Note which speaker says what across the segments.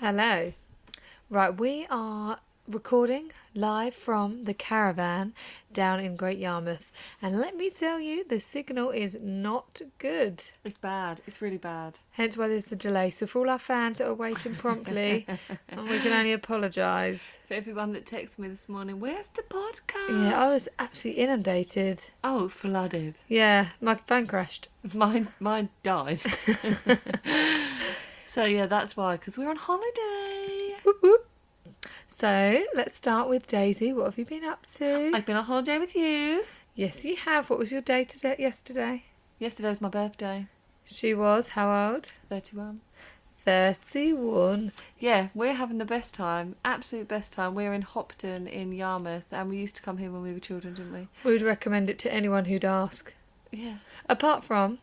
Speaker 1: Hello. Right, we are recording live from the caravan down in Great Yarmouth. And let me tell you, the signal is not good.
Speaker 2: It's bad. It's really bad.
Speaker 1: Hence why there's a delay. So, for all our fans that are waiting promptly, we can only apologise.
Speaker 2: For everyone that texted me this morning, where's the podcast?
Speaker 1: Yeah, I was absolutely inundated.
Speaker 2: Oh, flooded.
Speaker 1: Yeah, my phone crashed.
Speaker 2: Mine, mine died. so yeah, that's why. Because we're on holiday.
Speaker 1: Whoop, whoop. So let's start with Daisy. What have you been up to?
Speaker 2: I've been on holiday with you.
Speaker 1: yes, you have. What was your day today? Yesterday,
Speaker 2: Yesterday was my birthday.
Speaker 1: she was how old?
Speaker 2: Thirty-one.
Speaker 1: Thirty-one.
Speaker 2: Yeah, we're having the best time. Absolute best time. We're in Hopton in Yarmouth, and we used to come here when we were children, didn't we?
Speaker 1: We would recommend it to anyone who'd ask.
Speaker 2: Yeah.
Speaker 1: Apart from,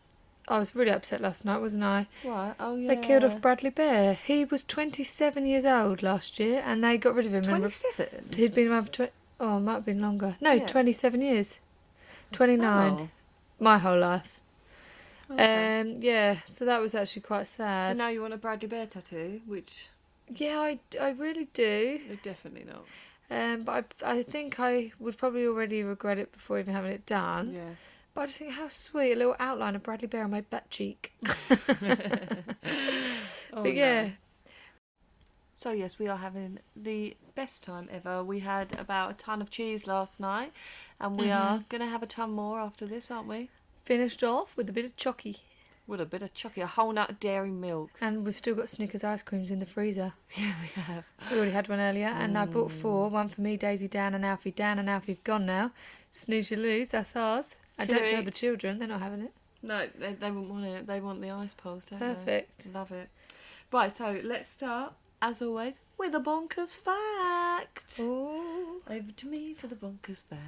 Speaker 1: I was really upset last night, wasn't I?
Speaker 2: Right. Oh yeah.
Speaker 1: They killed off Bradley Bear. He was twenty-seven years old last year, and they got rid of him. and re-
Speaker 2: Twenty-seven.
Speaker 1: he'd been around for tw- oh, it might have been longer. No,
Speaker 2: Yeah.
Speaker 1: twenty-seven years. Twenty-nine. My whole life.
Speaker 2: Oh, okay.
Speaker 1: Um, yeah, so that was actually quite sad.
Speaker 2: and now you want a Bradley Bear tattoo, which
Speaker 1: Yeah, I, I really do.
Speaker 2: definitely not.
Speaker 1: Um, but I, I think I would probably already regret it before even having it done.
Speaker 2: Yeah.
Speaker 1: But I just think how sweet a little outline of Bradley Bear on my butt cheek.
Speaker 2: Oh,
Speaker 1: but yeah,
Speaker 2: So yes, we are having the best time ever. We had about a ton of cheese last night, and we are gonna have a ton more after this, aren't we?
Speaker 1: finished off with a bit of chocky,
Speaker 2: With a bit of chucky, a whole nut dairy milk.
Speaker 1: and we've still got Snickers ice creams in the freezer.
Speaker 2: Yeah, we have.
Speaker 1: We already had one earlier, and I bought four: one for me, Daisy, Dan, and Alfie. Dan and Alfie've gone now. Snooze you lose. That's ours. I don't tell
Speaker 2: Correct.
Speaker 1: the children; they're not having it.
Speaker 2: No, they, they wouldn't want it. They want the ice poles, don't
Speaker 1: Perfect.
Speaker 2: they? Love it. Right, so let's start as always with a bonkers fact.
Speaker 1: Ooh.
Speaker 2: Over to me for the bonkers fact.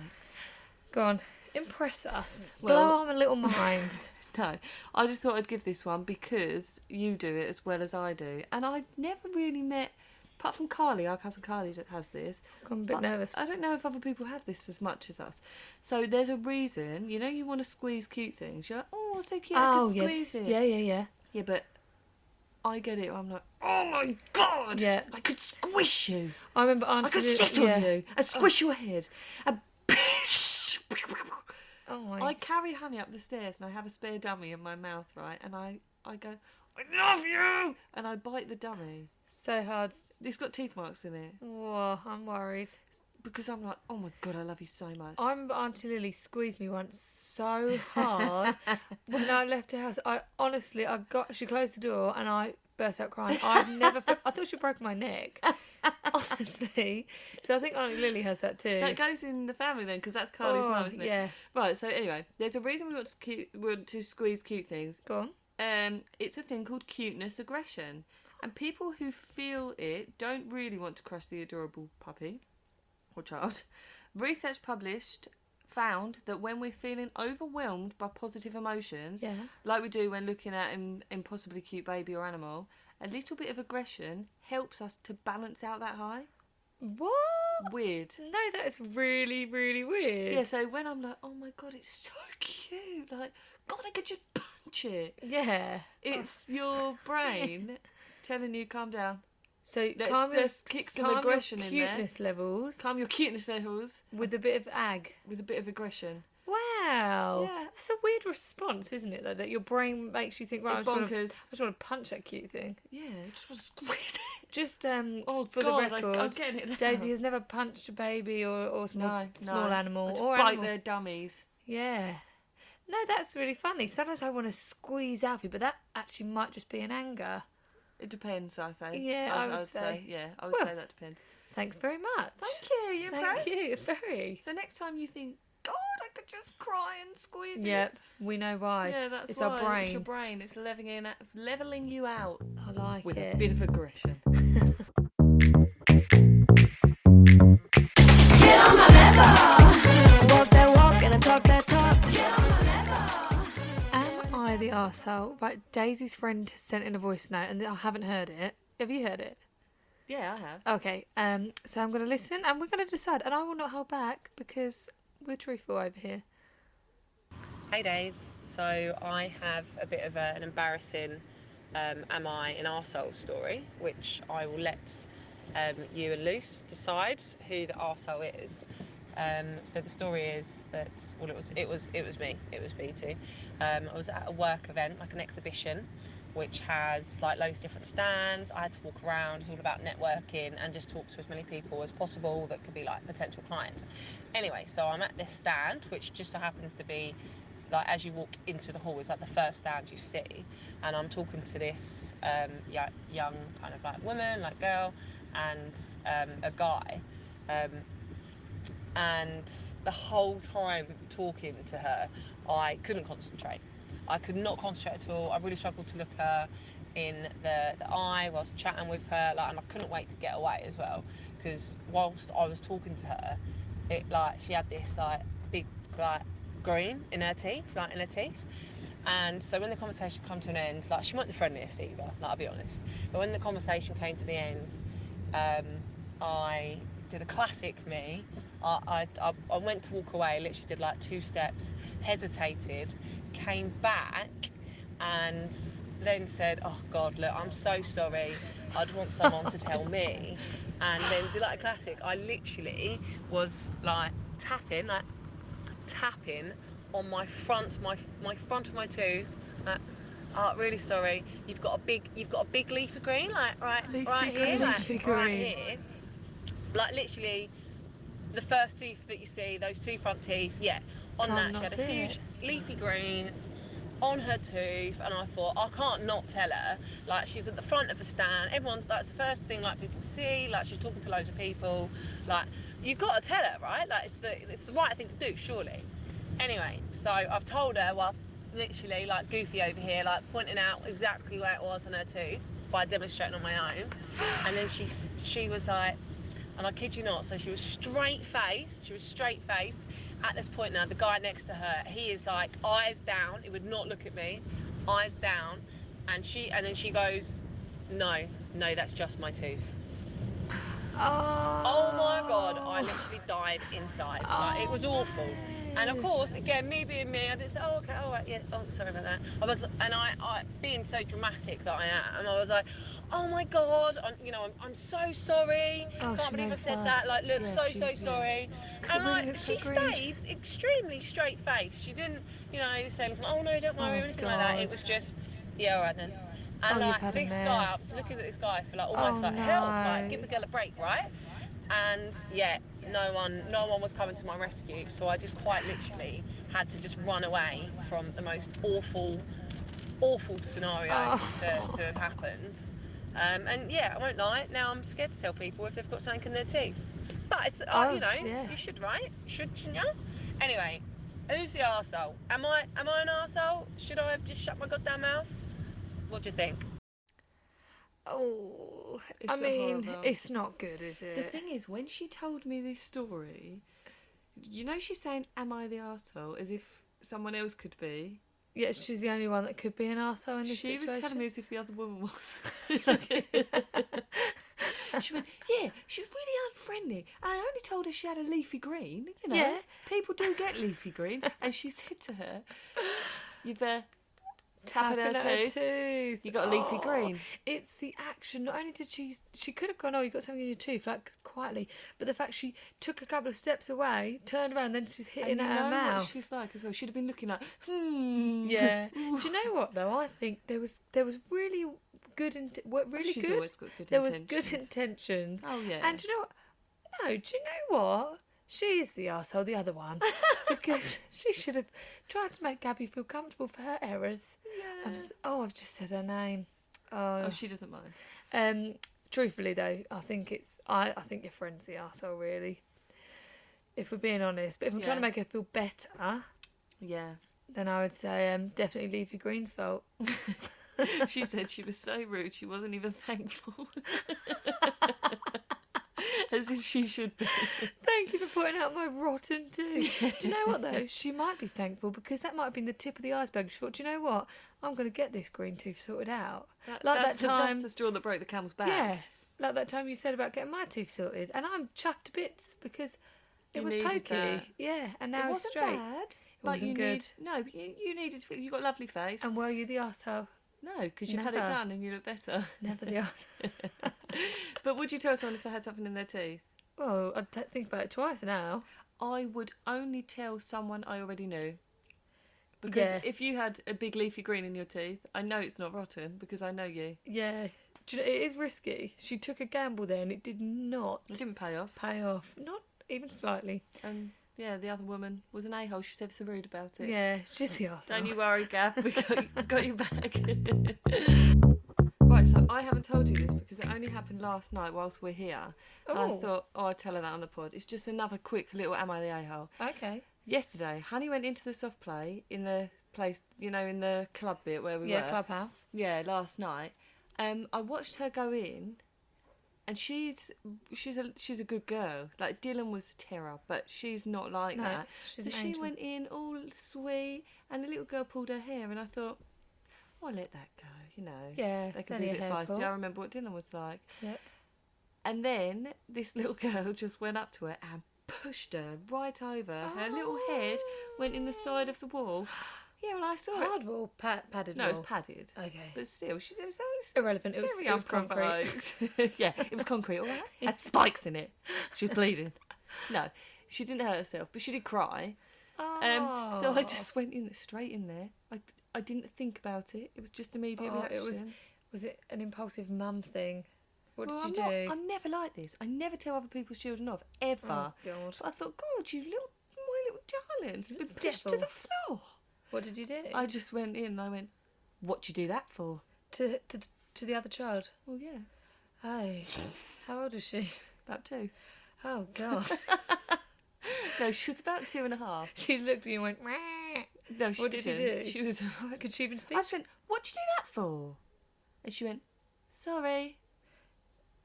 Speaker 1: Go on, impress us.
Speaker 2: Well-
Speaker 1: Blow our little minds.
Speaker 2: No, I just thought I'd give this one because you do it as well as I do, and I've never really met, apart from Carly, our cousin Carly that has this.
Speaker 1: I'm a bit
Speaker 2: but
Speaker 1: nervous.
Speaker 2: I don't know if other people have this as much as us. So there's a reason, you know, you want to squeeze cute things. You're like, oh, it's so cute, I
Speaker 1: oh
Speaker 2: can
Speaker 1: yes,
Speaker 2: squeeze it.
Speaker 1: yeah, yeah, yeah.
Speaker 2: yeah, but I get it. I'm like, oh my god,
Speaker 1: Yeah.
Speaker 2: I could squish you.
Speaker 1: I remember
Speaker 2: I
Speaker 1: Auntie.
Speaker 2: could
Speaker 1: did-
Speaker 2: sit on
Speaker 1: yeah.
Speaker 2: you and squish your head and.
Speaker 1: Oh my.
Speaker 2: I carry honey up the stairs and I have a spare dummy in my mouth, right? And I, I go, I love you! And I bite the dummy.
Speaker 1: So hard.
Speaker 2: It's got teeth marks in it
Speaker 1: Whoa, I'm worried.
Speaker 2: because I'm like, oh my god, I love you so much.
Speaker 1: I remember Auntie Lily squeezed me once so hard when I left her house. I honestly, I got. She closed the door and I burst out crying. I've never. Fe- I thought she broke my neck. Honestly. So I think Auntie Lily has that too.
Speaker 2: that goes in the family then because that's Carly's
Speaker 1: Oh,
Speaker 2: mum, isn't it?
Speaker 1: yeah.
Speaker 2: Right, so anyway, there's a reason we want to, cute, want to squeeze cute things.
Speaker 1: Go on.
Speaker 2: Um, It's a thing called cuteness aggression. And people who feel it don't really want to crush the adorable puppy. or child. Research published found that when we're feeling overwhelmed by positive emotions,
Speaker 1: Yeah.
Speaker 2: like we do when looking at an impossibly cute baby or animal, a little bit of aggression helps us to balance out that high.
Speaker 1: What?
Speaker 2: Weird.
Speaker 1: No, that is really, really weird.
Speaker 2: Yeah, so when I'm like, oh my god, it's so cute, like, God, I could just punch it.
Speaker 1: Yeah.
Speaker 2: It's your brain telling you, calm down,
Speaker 1: So
Speaker 2: Let's-
Speaker 1: calm your,
Speaker 2: let's kick some
Speaker 1: calm your
Speaker 2: aggression in there.
Speaker 1: cuteness levels
Speaker 2: calm your cuteness levels
Speaker 1: with a bit of ag.
Speaker 2: with a bit of aggression.
Speaker 1: Wow.
Speaker 2: Yeah.
Speaker 1: That's a weird response, isn't it? Though that your brain makes you think, right, I
Speaker 2: It's
Speaker 1: just, want to, I
Speaker 2: bonkers.
Speaker 1: just want to punch that cute thing.
Speaker 2: Yeah, I just want to squeeze it.
Speaker 1: Just um,
Speaker 2: Oh,
Speaker 1: for
Speaker 2: God,
Speaker 1: the
Speaker 2: I, I'm
Speaker 1: record,
Speaker 2: getting it now.
Speaker 1: Daisy has never punched a baby or or small
Speaker 2: no,
Speaker 1: small
Speaker 2: no.
Speaker 1: animal
Speaker 2: I just
Speaker 1: or
Speaker 2: bite
Speaker 1: animal.
Speaker 2: their dummies.
Speaker 1: Yeah. No, that's really funny. Sometimes I want to squeeze Alfie, but that actually might just be an anger.
Speaker 2: It depends, I think.
Speaker 1: Yeah, I would say.
Speaker 2: Yeah, I would
Speaker 1: Well,
Speaker 2: say that depends.
Speaker 1: Thanks very much.
Speaker 2: Thank you. You're
Speaker 1: Thank you. Very.
Speaker 2: So next time you think, God, I could just cry and squeeze
Speaker 1: Yep. We know
Speaker 2: it.
Speaker 1: why.
Speaker 2: Yeah, that's
Speaker 1: it's
Speaker 2: why.
Speaker 1: our brain.
Speaker 2: It's your brain. It's leveling in, leveling you out
Speaker 1: I like
Speaker 2: with
Speaker 1: it.
Speaker 2: a bit of aggression.
Speaker 1: Walk that walk and I talk that talk. Am I the arsehole? Right, Daisy's friend sent in a voice note and I haven't heard it. Have you heard it?
Speaker 2: Yeah, I have.
Speaker 1: Okay, um, so I'm going to listen and we're going to decide. And I will not hold back because we're truthful over here.
Speaker 3: paydays, so I have a bit of a, an embarrassing um, am I an arsehole story, which I will let um, you and Luce decide who the arsehole is. Um, so the story is that well, it was it was it was me. It was me too. Um, I was at a work event, like an exhibition, which has like loads of different stands. I had to walk around. It was all about networking and just talk to as many people as possible that could be like potential clients. Anyway, so I'm at this stand, which just so happens to be like as you walk into the hall, it's like the first stand you see. And I'm talking to this um, y- young kind of like woman, like girl, and um, a guy. Um, and the whole time talking to her, I couldn't concentrate. I could not concentrate at all. I really struggled to look her in the, the eye whilst chatting with her, like, and I couldn't wait to get away as well. Because whilst I was talking to her, it like she had this like big like green in her teeth, like in her teeth. And so when the conversation come to an end, like she wasn't the friendliest either, like I'll be honest. But when the conversation came to the end, um, I did a classic me. I, I, I, I went to walk away, literally did like two steps, hesitated, came back, and then said, "Oh God, look, I'm so sorry. I'd want someone to tell me." And then did like a classic. I literally was like tapping, like tapping on my front, my my front of my tooth. Like, oh, really sorry. You've got a big, you've got a big leafy green, like right,
Speaker 2: Leafy
Speaker 3: right here,
Speaker 2: green.
Speaker 3: like,
Speaker 1: Leafy
Speaker 3: right
Speaker 1: green.
Speaker 3: here. Like literally, the first tooth that you see, those two front teeth. Yeah, on
Speaker 1: Can't
Speaker 3: that she
Speaker 1: not
Speaker 3: had a
Speaker 1: see
Speaker 3: huge
Speaker 1: it.
Speaker 3: leafy green on her tooth and I thought I can't not tell her like she's at the front of a stand everyone's that's the first thing like people see like she's talking to loads of people like you got to tell her right like it's the it's the right thing to do surely anyway so I've told her well literally like goofy over here like pointing out exactly where it was on her tooth by demonstrating on my own and then she s- she was like and I kid you not, so she was straight faced. She was straight faced. At this point now, the guy next to her, he is like eyes down. He would not look at me, eyes down, and she and then she goes, "No, no, that's just my tooth."
Speaker 1: Oh,
Speaker 3: Oh my god, I literally died inside. Like,
Speaker 1: Oh,
Speaker 3: it was awful. And of
Speaker 1: no.
Speaker 3: course, again, me being me, I just say, oh, okay, all right, yeah, oh, sorry about that. I was, and I, I being so dramatic that I am, I was like, oh my god, I'm, you know, I'm, I'm so sorry.
Speaker 1: Oh, she
Speaker 3: Can't believe I
Speaker 1: knows
Speaker 3: said
Speaker 1: that.
Speaker 3: that. Like, look,
Speaker 1: Yeah,
Speaker 3: so,
Speaker 1: she-
Speaker 3: so
Speaker 1: yeah.
Speaker 3: sorry.
Speaker 1: 'Cause it
Speaker 3: And
Speaker 1: really
Speaker 3: like,
Speaker 1: looks
Speaker 3: she
Speaker 1: so green.
Speaker 3: stayed extremely straight faced. She didn't, you know, say, anything, oh no, don't worry,
Speaker 1: Oh,
Speaker 3: or anything like that. It
Speaker 1: God.
Speaker 3: was just, yeah, all right then.
Speaker 1: Oh,
Speaker 3: And
Speaker 1: you've
Speaker 3: like,
Speaker 1: had a
Speaker 3: this
Speaker 1: mare.
Speaker 3: guy, I was looking at this guy for like almost
Speaker 1: Oh,
Speaker 3: like help, like
Speaker 1: no.
Speaker 3: give the girl a break, right? And yeah, no one, no one was coming to my rescue, so I just quite literally had to just run away from the most awful, awful scenario
Speaker 1: Oh.
Speaker 3: to, to have happened. Um, and yeah, I won't lie. Now I'm scared to tell people if they've got something in their teeth. But it's, uh,
Speaker 1: Oh,
Speaker 3: you know,
Speaker 1: yeah.
Speaker 3: you should, right? Should shouldn't you? Anyway, who's the arsehole? Am I, am I an arsehole? Should I have just shut my goddamn mouth? What do you think?
Speaker 1: Oh,
Speaker 2: It's
Speaker 1: I
Speaker 2: so
Speaker 1: mean,
Speaker 2: horrible.
Speaker 1: it's not good, is
Speaker 2: The
Speaker 1: it?
Speaker 2: thing is, when she told me this story, you know, she's saying, Am I the arsehole? as if someone else could be.
Speaker 1: Yeah, she's the only one that could be an arsehole in
Speaker 2: She
Speaker 1: this situation.
Speaker 2: was telling me as if the other woman was. she went, Yeah, she was really unfriendly. And I only told her she had a leafy green. You know,
Speaker 1: Yeah.
Speaker 2: people do get leafy greens. And she said to her, You've uh, tapping her
Speaker 1: Tapping her
Speaker 2: tooth.
Speaker 1: tooth.
Speaker 2: You got a leafy
Speaker 1: Oh,
Speaker 2: green.
Speaker 1: It's the action. Not only did she, she could have gone, oh, you got something in your tooth, like quietly, but the fact she took a couple of steps away, turned around, then she's hitting
Speaker 2: And you
Speaker 1: at her
Speaker 2: know
Speaker 1: mouth.
Speaker 2: what she's like as well. She'd have been looking like, Hmm.
Speaker 1: Yeah. Do you know what though? I think there was there was really good int- what really
Speaker 2: She's
Speaker 1: good.
Speaker 2: always got good
Speaker 1: There was good intentions.
Speaker 2: intentions. Oh, yeah.
Speaker 1: And do you know what? No. Do you know what? She is the asshole, the other one, because she should have tried to make Gabby feel comfortable for her errors. I'm s oh, I've just said her name.
Speaker 2: Oh,
Speaker 1: Oh,
Speaker 2: she doesn't mind.
Speaker 1: um, truthfully though, I think it's I, I think your friend's the asshole really. If we're being honest, but if I'm trying to
Speaker 2: Yeah.
Speaker 1: make her feel better,
Speaker 2: Yeah.
Speaker 1: then I would say um, definitely Leafy Green's fault.
Speaker 2: she said she was so rude she wasn't even thankful. As if she should be.
Speaker 1: Thank you for pointing out my rotten tooth. Do you know what though? She might be thankful because that might have been the tip of the iceberg. She thought, do you know what? I'm going to get this green tooth sorted out. like
Speaker 2: that's,
Speaker 1: that time,
Speaker 2: That's the straw that broke the camel's back.
Speaker 1: yeah, like that time you said about getting my tooth sorted, and I'm chuffed to bits because it
Speaker 2: You
Speaker 1: was
Speaker 2: needed
Speaker 1: pokey.
Speaker 2: that.
Speaker 1: Yeah, and now
Speaker 2: It
Speaker 1: it's
Speaker 2: wasn't
Speaker 1: straight.
Speaker 2: bad. But
Speaker 1: wasn't
Speaker 2: you
Speaker 1: good.
Speaker 2: need no. but You, you needed. to- You got a lovely face.
Speaker 1: And were you the arsehole?
Speaker 2: no, because you had it
Speaker 1: never.
Speaker 2: done and you look better.
Speaker 1: Never the arsehole.
Speaker 2: but would you tell someone if they had something in their teeth?
Speaker 1: well, I'd t- think about it twice now.
Speaker 2: I would only tell someone I already knew. Because
Speaker 1: Yeah.
Speaker 2: if you had a big leafy green in your teeth, I know it's not rotten because I know you.
Speaker 1: Yeah. Do you know, it is risky. She took a gamble there and it did not
Speaker 2: It didn't pay off.
Speaker 1: pay off. Not even slightly.
Speaker 2: And yeah, the other woman was an a hole. She was ever so rude about it.
Speaker 1: Yeah, she's the arsehole.
Speaker 2: Don't you worry, Gav. We got, got you back. right, so I haven't told you this because it only happened last night whilst we're here. And I
Speaker 1: Oh.
Speaker 2: thought, oh, I'll tell her that on the pod. It's just another quick little am I the a hole.
Speaker 1: Okay.
Speaker 2: Yesterday, Honey went into the soft play in the place, you know, in the club bit where we
Speaker 1: Yeah,
Speaker 2: were.
Speaker 1: clubhouse.
Speaker 2: Yeah, last night. Um, I watched her go in, and she's she's a she's a good girl. Like Dylan was a terror, but she's not like
Speaker 1: No,
Speaker 2: that.
Speaker 1: she's
Speaker 2: so
Speaker 1: an
Speaker 2: she
Speaker 1: angel.
Speaker 2: went in all sweet, and the little girl pulled her hair, and I thought, oh, I'll let that go. You know,
Speaker 1: Yeah,
Speaker 2: they
Speaker 1: it's
Speaker 2: can be a
Speaker 1: only
Speaker 2: bit
Speaker 1: a hair
Speaker 2: feisty.
Speaker 1: pull.
Speaker 2: I remember what Dylan was like.
Speaker 1: Yep.
Speaker 2: And then this little girl just went up to her and pushed her right over. Her little head went in the side of the wall. Yeah, well, I saw it.
Speaker 1: Hard wall, pa- padded
Speaker 2: No,
Speaker 1: wall.
Speaker 2: it's padded.
Speaker 1: Okay.
Speaker 2: But still, she it was so
Speaker 1: Irrelevant. It was,
Speaker 2: very
Speaker 1: it was concrete.
Speaker 2: unprovoked. yeah, it was concrete. All right, had spikes in it. She was bleeding. No, she didn't hurt herself, but she did cry. Um, so I
Speaker 1: Oh.
Speaker 2: just went in straight in there. I, I didn't think about it. It was just immediate
Speaker 1: Oh,
Speaker 2: reaction.
Speaker 1: it was- Was it an impulsive mum thing? What
Speaker 2: Well,
Speaker 1: did you
Speaker 2: I'm
Speaker 1: do?
Speaker 2: Not, I'm never like this. I never tell other people's children off
Speaker 1: Oh,
Speaker 2: ever.
Speaker 1: God.
Speaker 2: But I thought, God, you little, my little darling's been pushed to
Speaker 1: devil.
Speaker 2: the floor.
Speaker 1: What did you do?
Speaker 2: I just went in. and I went, what you do that for?
Speaker 1: To to the, to the other child.
Speaker 2: Well, yeah,
Speaker 1: Hey, how old is she?
Speaker 2: about two.
Speaker 1: Oh God.
Speaker 2: No, she was about two and a half.
Speaker 1: she looked at you and went. "Meow."
Speaker 2: No, she
Speaker 1: What did
Speaker 2: didn't.
Speaker 1: you do?
Speaker 2: She was. alright.
Speaker 1: Could she even
Speaker 2: I
Speaker 1: speak?
Speaker 2: just went, "What would you do that for?" And she went, "Sorry."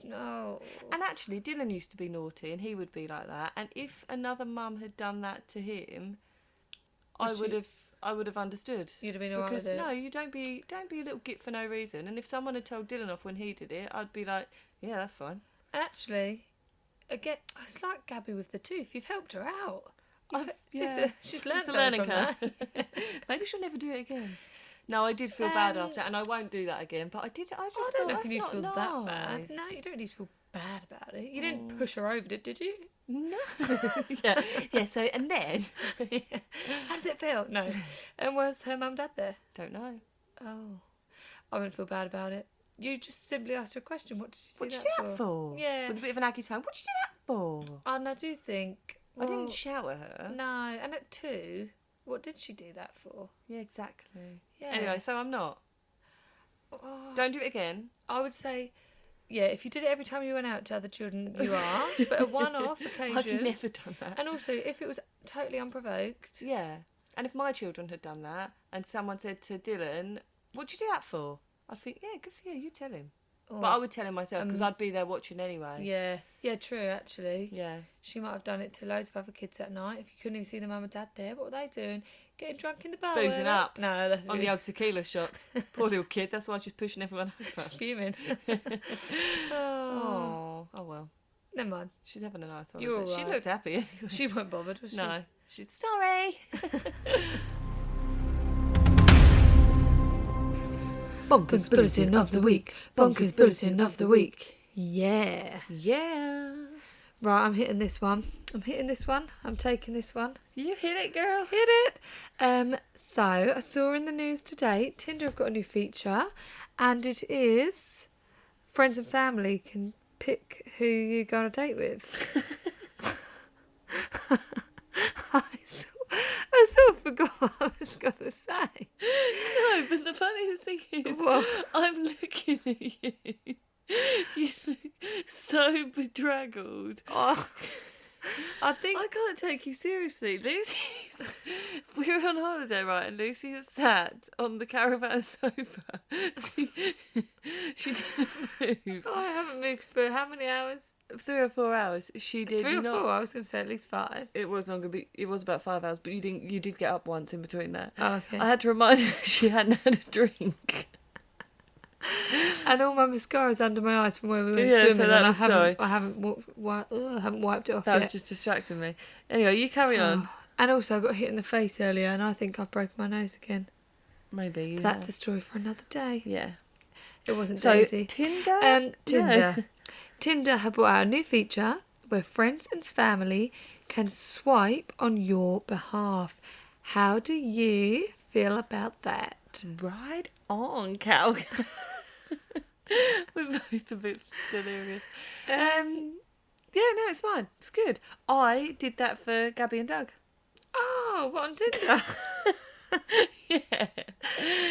Speaker 1: No.
Speaker 2: And actually, Dylan used to be naughty, and he would be like that. And if another mum had done that to him, I
Speaker 1: Would
Speaker 2: would
Speaker 1: you-
Speaker 2: have, I would have understood.
Speaker 1: You'd have been alright
Speaker 2: Because
Speaker 1: with it.
Speaker 2: no, you don't be, don't be a little git for no reason. And if someone had told Dylan off when he did it, I'd be like, "Yeah, that's fine."
Speaker 1: Actually, again, it's like Gabby with the tooth. You've helped her out. You've-
Speaker 2: I've-
Speaker 1: it's
Speaker 2: yeah.
Speaker 1: a- she's learned
Speaker 2: It's a
Speaker 1: something
Speaker 2: learning
Speaker 1: from that.
Speaker 2: curve. Maybe she'll never do it again. No, I did feel bad
Speaker 1: Um,
Speaker 2: after, and I won't do that again. But I did. I just
Speaker 1: I don't
Speaker 2: thought,
Speaker 1: know if you need to
Speaker 2: "That's
Speaker 1: feel
Speaker 2: not
Speaker 1: that bad.
Speaker 2: nice." Mm.
Speaker 1: No, you don't need to feel bad about it. You didn't push her over, did, did you?
Speaker 2: No. yeah. Yeah. So and then.
Speaker 1: How does it feel? No. and was her mum dad there?
Speaker 2: Don't know.
Speaker 1: Oh, I wouldn't feel bad about it. You just simply asked her a question. What did you do,
Speaker 2: What'd you
Speaker 1: that,
Speaker 2: do that for?
Speaker 1: Yeah.
Speaker 2: With a bit of an aggy tone. What'd you do that for?
Speaker 1: And I do think.
Speaker 2: I
Speaker 1: well, mm.
Speaker 2: didn't shout at her.
Speaker 1: No, and at two, what did she do that for?
Speaker 2: Yeah, exactly.
Speaker 1: Yeah.
Speaker 2: Anyway, so I'm not.
Speaker 1: Oh,
Speaker 2: Don't do it again.
Speaker 1: I would say, yeah, if you did it every time you went out to other children, you are. but a one-off
Speaker 2: I've
Speaker 1: occasion.
Speaker 2: never done that.
Speaker 1: And also, if it was totally unprovoked,
Speaker 2: yeah. And if my children had done that, and someone said to Dylan, "What'd you do that for?" I'd think, "Yeah, good for you. You tell him."
Speaker 1: or-
Speaker 2: But I would tell him myself because I'd be there watching anyway.
Speaker 1: oh, um, yeah, yeah, true. Actually,
Speaker 2: Yeah.
Speaker 1: she might have done it to loads of other kids that night. If you couldn't even see the mum and dad there, what were they doing? Getting drunk in the bar.
Speaker 2: Boozing
Speaker 1: weren't they?
Speaker 2: up.
Speaker 1: No, that's
Speaker 2: On
Speaker 1: really
Speaker 2: the old tequila shots. Poor little kid. That's why she's pushing everyone over.
Speaker 1: fuming. oh,
Speaker 2: Oh, oh well.
Speaker 1: never mind.
Speaker 2: She's having a night on.
Speaker 1: You're
Speaker 2: it. She
Speaker 1: alright.
Speaker 2: looked happy anyway.
Speaker 1: She weren't bothered, was she?
Speaker 2: no. She's sorry.
Speaker 1: Bonkers bulletin of the week. Bonkers bulletin of the week. Yeah.
Speaker 2: Yeah.
Speaker 1: Right, I'm hitting this one. I'm hitting this one. I'm taking this one.
Speaker 2: You hit it, girl.
Speaker 1: Hit it. Um, so I saw in the news today Tinder have got a new feature, and it is friends and family can pick who you go on a date with. I, so, I sort of forgot what I was gonna say.
Speaker 2: No, but the funniest thing is,
Speaker 1: What?
Speaker 2: I'm looking at you. You look so bedraggled.
Speaker 1: Oh, I think
Speaker 2: I can't take you seriously. Lucy, we were on holiday, right? And Lucy had sat on the caravan sofa. She, she didn't move.
Speaker 1: oh, I haven't moved for how many hours?
Speaker 2: Three or four hours. She did
Speaker 1: Three or
Speaker 2: not.
Speaker 1: four. I was gonna say at least five.
Speaker 2: It was longer, but it was about five hours. But you didn't. You did get up once in between that.
Speaker 1: Oh, okay.
Speaker 2: I had to remind her she hadn't had a drink.
Speaker 1: and all my mascara's under my eyes from where we went
Speaker 2: Yeah, so
Speaker 1: swimming,
Speaker 2: that
Speaker 1: and I
Speaker 2: was
Speaker 1: haven't,
Speaker 2: sorry.
Speaker 1: I haven't, wa- wi- ugh, haven't wiped it off
Speaker 2: That
Speaker 1: yet.
Speaker 2: was just distracting me. Anyway, you carry on.
Speaker 1: Oh, And also, I got hit in the face earlier, and I think I've broken my nose again.
Speaker 2: Maybe. Yeah.
Speaker 1: That's a story for another day.
Speaker 2: yeah.
Speaker 1: It wasn't
Speaker 2: So
Speaker 1: Daisy.
Speaker 2: Tinder.
Speaker 1: Um, Tinder.
Speaker 2: Yeah.
Speaker 1: Tinder have brought out a new feature where friends and family can swipe on your behalf. How do you feel about that?
Speaker 2: Ride on, Cal. We're both a bit delirious. Um, yeah, no, it's fine. It's good. I did that for Gabby and Doug.
Speaker 1: Oh, what on Tinder?
Speaker 2: yeah.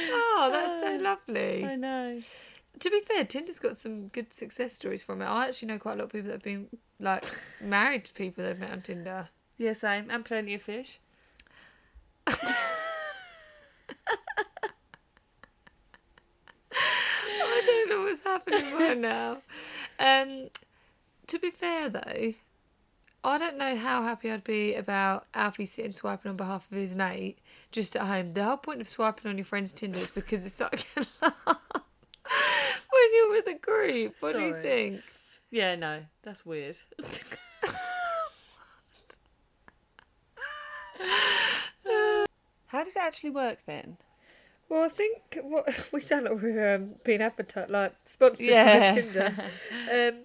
Speaker 1: oh, that's so lovely.
Speaker 2: I know.
Speaker 1: To be fair, Tinder's got some good success stories from it. I actually know quite a lot of people that have been like married to people they've met on Tinder.
Speaker 2: Yeah, same. And plenty of fish.
Speaker 1: I don't know what's happening right now. Um, to be fair though, I don't know how happy I'd be about Alfie sitting swiping on behalf of his mate just at home. The whole point of swiping on your friend's Tinder is because it's like when you're with a group. What do you
Speaker 2: Sorry.
Speaker 1: think?
Speaker 2: Yeah, no, that's weird. How does it actually work then?
Speaker 1: Well, I think what we sound like we're um, being advertised, like sponsored
Speaker 2: Yeah.
Speaker 1: by Tinder. um,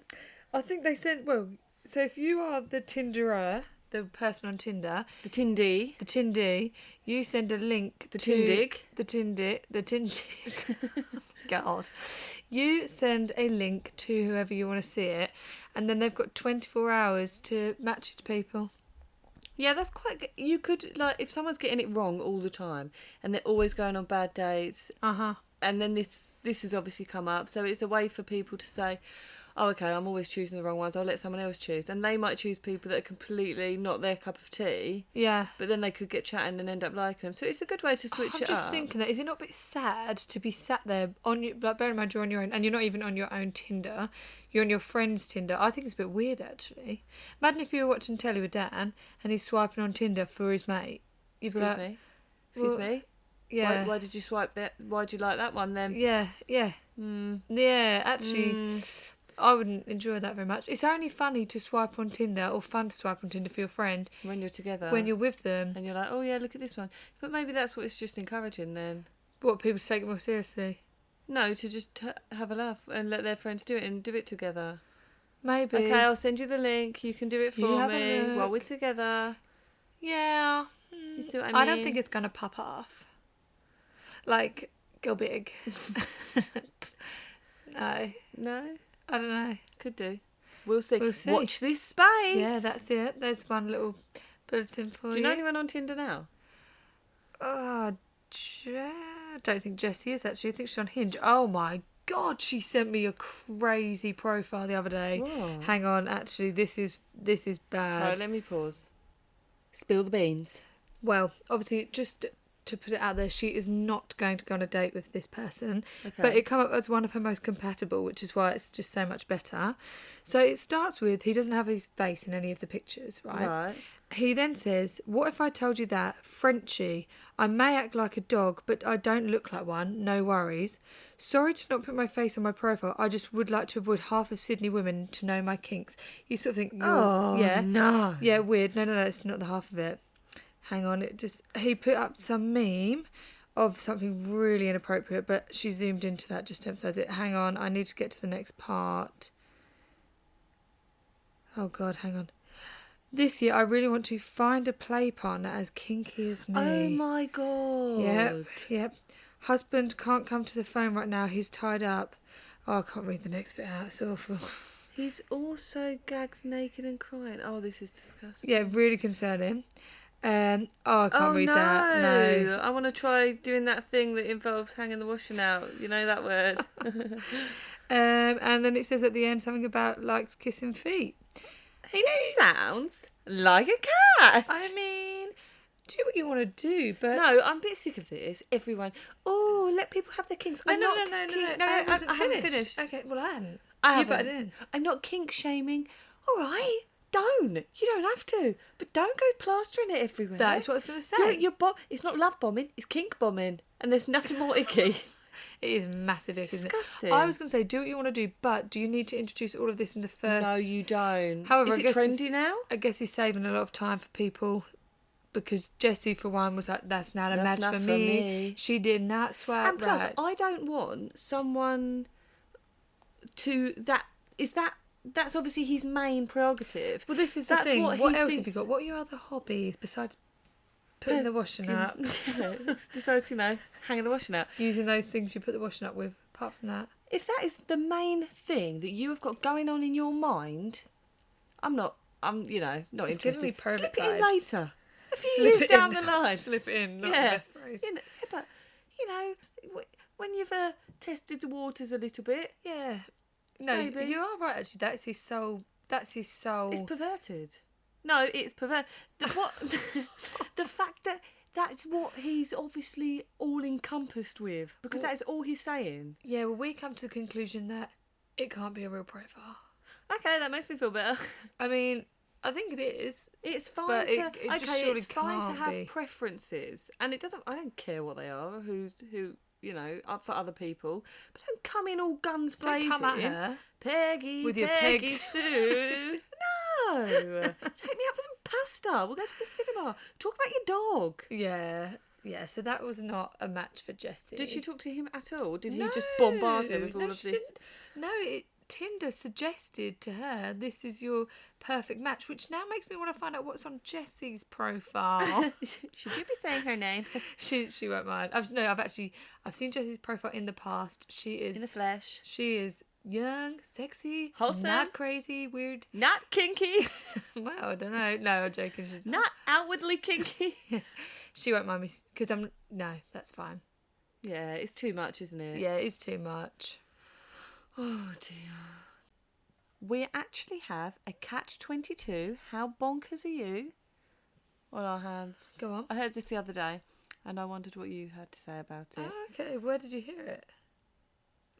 Speaker 1: I think they said, well, so if you are the Tinderer, the person on Tinder,
Speaker 2: The Tindy.
Speaker 1: the Tindy, you send a link.
Speaker 2: The
Speaker 1: to-
Speaker 2: Tindig.
Speaker 1: The Tindig. The Tindig. God. You send a link to whoever you want to see it, and then they've got 24 hours to match it to people.
Speaker 2: Yeah, that's quite. g- You could like if someone's getting it wrong all the time, and they're always going on bad dates,
Speaker 1: Uh huh.
Speaker 2: and then this this has obviously come up. So it's a way for people to say, "Oh, okay, I'm always choosing the wrong ones. I'll let someone else choose." And they might choose people that are completely not their cup of tea,
Speaker 1: Yeah.
Speaker 2: but then they could get chatting and end up liking them. So it's a good way to switch
Speaker 1: I'm
Speaker 2: it
Speaker 1: just
Speaker 2: up.
Speaker 1: thinking that is it not a bit sad to be sat there on your like bear in mind you're on your own and you're not even on your own Tinder, you're on your friend's Tinder. I think it's a bit weird actually. Imagine if you were watching telly with Dan and he's swiping on Tinder for his mate. You'd be
Speaker 2: Excuse
Speaker 1: like,
Speaker 2: me.
Speaker 1: well,
Speaker 2: Excuse me.
Speaker 1: Yeah,
Speaker 2: Why, why did you swipe that? Why would you like that one then?
Speaker 1: yeah, yeah,
Speaker 2: Hmm.
Speaker 1: yeah. Actually, I wouldn't enjoy that very much. It's only funny to swipe on Tinder or fun to swipe on Tinder for your friend
Speaker 2: When you're together,
Speaker 1: when you're with them.
Speaker 2: and you're like, "Oh yeah, look at this one." But maybe that's what it's just encouraging then.
Speaker 1: What people to take it more seriously?
Speaker 2: No, to just t- have a laugh and let their friends do it and do it together.
Speaker 1: Maybe.
Speaker 2: Okay, I'll send you the link. You can do it for
Speaker 1: You have a
Speaker 2: me while we're
Speaker 1: look.
Speaker 2: together.
Speaker 1: Yeah.
Speaker 2: You see what I
Speaker 1: I don't
Speaker 2: mean?
Speaker 1: think it's gonna pop off. Like, go big. no, I
Speaker 2: No,
Speaker 1: don't know.
Speaker 2: could do. We'll see.
Speaker 1: We'll see.
Speaker 2: Watch this space.
Speaker 1: Yeah, that's it. There's one little bulletin for
Speaker 2: Do
Speaker 1: you.
Speaker 2: you know anyone on Tinder now?
Speaker 1: Oh, Je- I don't think Jessie is actually. I think she's on Hinge. Oh my god, she sent me a crazy profile the other day.
Speaker 2: What?
Speaker 1: Hang on, actually, this is this is bad.
Speaker 2: All right, let me pause. Spill the beans.
Speaker 1: Well, obviously, just to put it out there, she is not going to go on a date with this person. But
Speaker 2: Okay.
Speaker 1: it come up as one of her most compatible, which is why it's just so much better. So it starts with he doesn't have his face in any of the pictures, right?
Speaker 2: Right.
Speaker 1: He then says, "What if I told you that Frenchie? I may act like a dog, but I don't look like one. No worries. Sorry to not put my face on my profile. I just would like to avoid half of Sydney women to know my kinks." You sort of think, you're- yeah,
Speaker 2: Oh, no.
Speaker 1: yeah, weird. No, no, no, it's not the half of it. Hang on, it just he put up some meme of something really inappropriate, but she zoomed into that just to emphasize it. Hang on, I need to get to the next part. Oh god, hang on. This year I really want to find a play partner as kinky as me.
Speaker 2: Oh my god.
Speaker 1: Yep, yep. Husband can't come to the phone right now, he's tied up. Oh, I can't read the next bit out, it's awful.
Speaker 2: He's also gagged, naked, and crying. Oh, this is disgusting.
Speaker 1: Yeah, really concerning. Um, oh, I can't
Speaker 2: oh
Speaker 1: read
Speaker 2: no.
Speaker 1: that. No.
Speaker 2: I want to try doing that thing that involves hanging the washing out. You know that word.
Speaker 1: Um, and then it says at the end something about likes kissing feet.
Speaker 2: He sounds like a cat.
Speaker 1: I mean, do what you want to do, but
Speaker 2: no, I'm a bit sick of this. Everyone, oh, let people have their kinks.
Speaker 1: Oh,
Speaker 2: I'm
Speaker 1: no,
Speaker 2: not
Speaker 1: no, no, no, no,
Speaker 2: kink-
Speaker 1: I,
Speaker 2: I,
Speaker 1: wasn't
Speaker 2: I haven't
Speaker 1: finished.
Speaker 2: finished.
Speaker 1: Okay, well I hadn't.
Speaker 2: I
Speaker 1: You butted
Speaker 2: haven't.
Speaker 1: in.
Speaker 2: I'm not kink shaming. All right, don't. You don't have to, but don't go plastering it everywhere.
Speaker 1: That is what I was going to say.
Speaker 2: You're, you're bo- it's not love bombing. It's kink bombing, and there's nothing more icky.
Speaker 1: It is massive,
Speaker 2: It's
Speaker 1: isn't it?
Speaker 2: disgusting.
Speaker 1: I was going to say do what you want to do, but do you need to introduce all of this in the first?
Speaker 2: No, you don't.
Speaker 1: However,
Speaker 2: is
Speaker 1: I
Speaker 2: it
Speaker 1: guess
Speaker 2: trendy
Speaker 1: it's-
Speaker 2: now?
Speaker 1: I guess he's saving a lot of time for people because Jessie, for one, was like, "That's not a
Speaker 2: That's
Speaker 1: match
Speaker 2: not
Speaker 1: for,
Speaker 2: for
Speaker 1: me.
Speaker 2: me.
Speaker 1: She did not swipe
Speaker 2: And plus,
Speaker 1: Uh, right.
Speaker 2: I don't want someone to that. Is that that's obviously his main prerogative.
Speaker 1: well, this is the
Speaker 2: that's
Speaker 1: thing.
Speaker 2: what
Speaker 1: What,
Speaker 2: he
Speaker 1: else have you
Speaker 2: thinks-
Speaker 1: got? What are your other hobbies besides putting the washing up,
Speaker 2: Decides, you know, hanging the washing out.
Speaker 1: using those things you put the washing up with? Apart from that,
Speaker 2: If that is the main thing that you have got going on in your mind, I'm not. I'm, you know, not
Speaker 1: It's giving
Speaker 2: interested.
Speaker 1: me pervert
Speaker 2: Slip it
Speaker 1: vibes.
Speaker 2: in later. A few
Speaker 1: Slip
Speaker 2: years
Speaker 1: it
Speaker 2: down
Speaker 1: in.
Speaker 2: the line.
Speaker 1: Slip it in, not the best phrase.
Speaker 2: You know, yeah, but you know, w- when you've uh, tested the waters a little bit,
Speaker 1: yeah, no,
Speaker 2: Maybe.
Speaker 1: you are right. Actually, that's his soul. That's his soul.
Speaker 2: It's perverted. No, it's perverted. The, what, the fact that that's what he's obviously all encompassed with because that is all he's saying.
Speaker 1: yeah, well, we come to the conclusion that it can't be a real profile.
Speaker 2: Okay, that makes me feel better.
Speaker 1: I mean, I think it is.
Speaker 2: It's fine
Speaker 1: But
Speaker 2: to
Speaker 1: it- it just
Speaker 2: okay,
Speaker 1: surely
Speaker 2: it's fine to
Speaker 1: can't
Speaker 2: have
Speaker 1: be.
Speaker 2: preferences, and it doesn't. I don't care what they are. Who's who? You know, up for other people, but don't come in all guns
Speaker 1: Don't
Speaker 2: blazing.
Speaker 1: come at her.
Speaker 2: Peggy,
Speaker 1: With your
Speaker 2: Peggy
Speaker 1: pigs.
Speaker 2: Sue. no, take me out for some pasta. We'll go to the cinema. Talk about your dog.
Speaker 1: Yeah, yeah. So that was not a match for Jessie.
Speaker 2: Did she talk to him at all? Or Did he just bombard her with all
Speaker 1: no,
Speaker 2: of
Speaker 1: she
Speaker 2: this?
Speaker 1: didn't. No, it, Tinder suggested to her this is your perfect match, which now makes me want to find out what's on Jessie's profile.
Speaker 2: she did be saying her name
Speaker 1: she she won't mind. I've, no, I've actually I've seen Jessie's profile in the past. She is
Speaker 2: in the flesh.
Speaker 1: she is young, sexy,
Speaker 2: Wholesome.
Speaker 1: not crazy, weird.
Speaker 2: Not kinky.
Speaker 1: well, I don't know. No, I'm joking. She's not.
Speaker 2: Not outwardly kinky.
Speaker 1: She won't mind me because I'm no, that's fine.
Speaker 2: yeah, it's too much, isn't it?
Speaker 1: Yeah, it's too much.
Speaker 2: Oh dear. We actually have a catch twenty two. How bonkers are you? On our hands.
Speaker 1: Go on.
Speaker 2: I heard this the other day, and I wondered what you had to say about it
Speaker 1: Oh, okay, where did you hear it?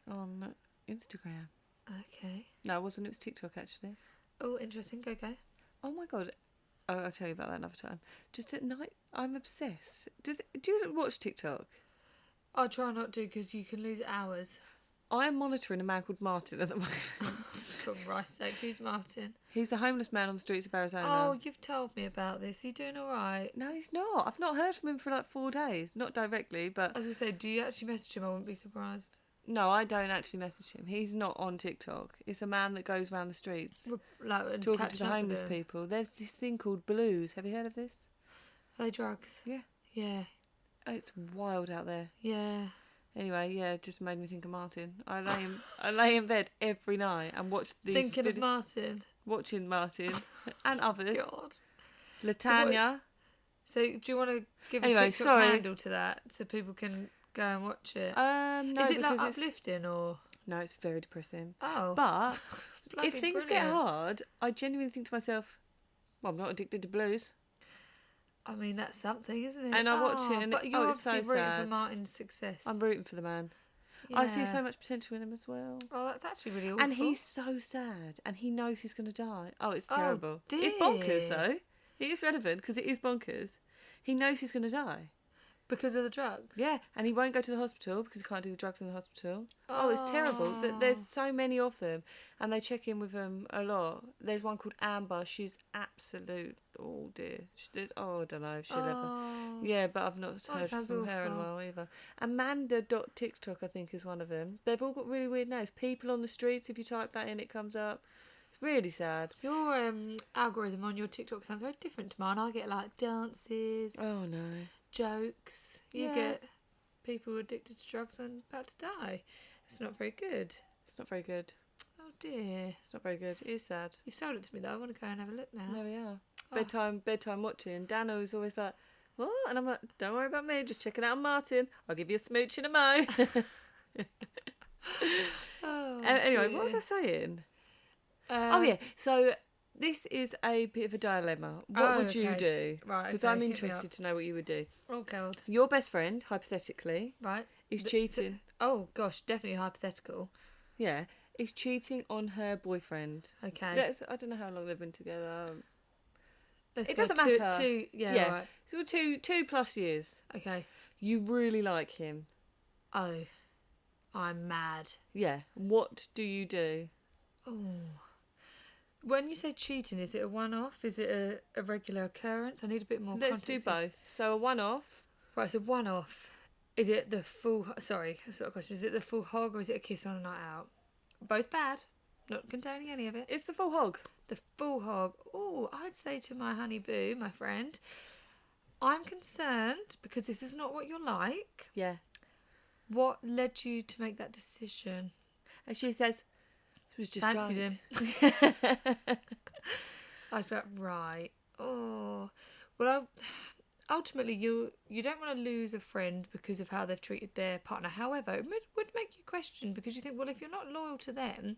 Speaker 2: on Instagram.
Speaker 1: Okay.
Speaker 2: No, it wasn't. It was TikTok actually.
Speaker 1: Oh, interesting. Go go.
Speaker 2: Oh my god. Oh, I'll tell you about that another time. Just at night, I'm obsessed. Does do you watch TikTok?
Speaker 1: I'll try not to because you can lose hours. Oh,
Speaker 2: I am monitoring a man called Martin at the moment.
Speaker 1: For Christ's sake, who's Martin?
Speaker 2: He's a homeless man on the streets of Arizona.
Speaker 1: Oh, you've told me about this. Are you doing all right?
Speaker 2: No, he's not. I've not heard from him for like four days. Not directly, but
Speaker 1: As I said, do you actually message him? I wouldn't be surprised.
Speaker 2: no, I don't actually message him. He's not on TikTok. It's a man that goes around the streets
Speaker 1: Re- Like, and
Speaker 2: talking to
Speaker 1: catching
Speaker 2: the
Speaker 1: up with
Speaker 2: homeless
Speaker 1: him.
Speaker 2: people. There's this thing called blues. Have you heard of this?
Speaker 1: Are they drugs?
Speaker 2: Yeah.
Speaker 1: Yeah.
Speaker 2: Oh, It's wild out there.
Speaker 1: Yeah.
Speaker 2: Anyway, yeah, it just made me think of Martin. I lay in, I lay in bed every night and watch these
Speaker 1: Thinking of
Speaker 2: vid-
Speaker 1: Martin.
Speaker 2: watching Martin and others.
Speaker 1: God.
Speaker 2: Latanya.
Speaker 1: So, do you want to give a
Speaker 2: Anyway,
Speaker 1: TikTok
Speaker 2: sorry.
Speaker 1: handle to that so people can go and watch it? Is
Speaker 2: um, no,
Speaker 1: it like
Speaker 2: because it's,
Speaker 1: uplifting or?
Speaker 2: no, it's very depressing.
Speaker 1: Oh.
Speaker 2: But
Speaker 1: bloody
Speaker 2: if things get
Speaker 1: brilliant.
Speaker 2: hard, I genuinely think to myself, "Well, I'm not addicted to blues."
Speaker 1: I mean, that's something, isn't it?
Speaker 2: And I watch it
Speaker 1: Oh,
Speaker 2: and
Speaker 1: but
Speaker 2: it-
Speaker 1: you're
Speaker 2: oh, it's so
Speaker 1: obviously rooting for
Speaker 2: sad.
Speaker 1: Martin's success.
Speaker 2: I'm rooting for the man. I see
Speaker 1: Yeah.
Speaker 2: so much potential in him as well.
Speaker 1: Oh, that's actually really awful.
Speaker 2: And he's so sad, and he knows he's going to die. Oh, it's
Speaker 1: Oh,
Speaker 2: terrible. it's
Speaker 1: dear.
Speaker 2: bonkers though. It is relevant because it is bonkers. He knows he's going to die.
Speaker 1: because of the drugs.
Speaker 2: Yeah, and he won't go to the hospital because he can't do the drugs in the hospital. Oh, it's terrible. Th- There's so many of them, and they check in with them a lot. There's one called Amber. She's absolute. Oh dear. She did. Oh, I don't know. She'll ever.
Speaker 1: Oh.
Speaker 2: Yeah, but I've not
Speaker 1: Oh,
Speaker 2: heard from
Speaker 1: sounds
Speaker 2: her in a
Speaker 1: awful.
Speaker 2: while either. Amanda.tiktok, I think, is one of them. They've all got really weird names. People on the streets, if you type that in, it comes up. It's really sad.
Speaker 1: Your um, algorithm on your TikTok sounds very different to mine. I get like dances,
Speaker 2: Oh, no.
Speaker 1: jokes. You
Speaker 2: Yeah.
Speaker 1: get people addicted to drugs and about to die. It's not very good.
Speaker 2: It's not very good.
Speaker 1: Oh dear.
Speaker 2: It's not very good. It is sad.
Speaker 1: You sold it to me though. I want to go and have a look now.
Speaker 2: There we are. Bedtime, bedtime watching. Dano is always like, what? And I'm like, don't worry about me. Just checking out on Martin. I'll give you a smooch in a mo.
Speaker 1: Oh,
Speaker 2: Uh, anyway, what was
Speaker 1: dear.
Speaker 2: I saying?
Speaker 1: Uh,
Speaker 2: oh, yeah. So this is a bit of a dilemma. What
Speaker 1: Oh,
Speaker 2: would you
Speaker 1: okay.
Speaker 2: do?
Speaker 1: Right,
Speaker 2: Because
Speaker 1: okay,
Speaker 2: I'm
Speaker 1: hit me
Speaker 2: interested
Speaker 1: up.
Speaker 2: to know what you would do.
Speaker 1: Oh god.
Speaker 2: Your best friend, hypothetically,
Speaker 1: Right.
Speaker 2: is
Speaker 1: Th- so-
Speaker 2: cheating.
Speaker 1: oh gosh, definitely hypothetical.
Speaker 2: yeah, is cheating on her boyfriend.
Speaker 1: Okay.
Speaker 2: Let's- I don't know how long they've been together.
Speaker 1: Let's
Speaker 2: It
Speaker 1: go
Speaker 2: doesn't
Speaker 1: two-
Speaker 2: matter.
Speaker 1: two- yeah, Right.
Speaker 2: So two two plus years.
Speaker 1: Okay.
Speaker 2: You really like him.
Speaker 1: Oh, I'm mad.
Speaker 2: Yeah. What do you do?
Speaker 1: Oh. When you say cheating, is it a one-off? Is it a, a regular occurrence? I need a bit more.
Speaker 2: Let's
Speaker 1: context
Speaker 2: do
Speaker 1: here.
Speaker 2: both. So a one-off.
Speaker 1: Right, so one-off. Is it the full? Sorry, that's not a question. Is it the full hog or is it a kiss on a night out? Both bad. Not containing any of it.
Speaker 2: It's the full hog.
Speaker 1: The full hog. Oh, I'd say to my honey boo, my friend, I'm concerned because this is not what you're like.
Speaker 2: Yeah.
Speaker 1: What led you to make that decision?
Speaker 2: And she says, "It was just
Speaker 1: Fancied
Speaker 2: drunk."
Speaker 1: I'd be like, right. Oh, well, I, ultimately, you you don't want to lose a friend because of how they've treated their partner. However, it would, would make you question because you think, well, if you're not loyal to them,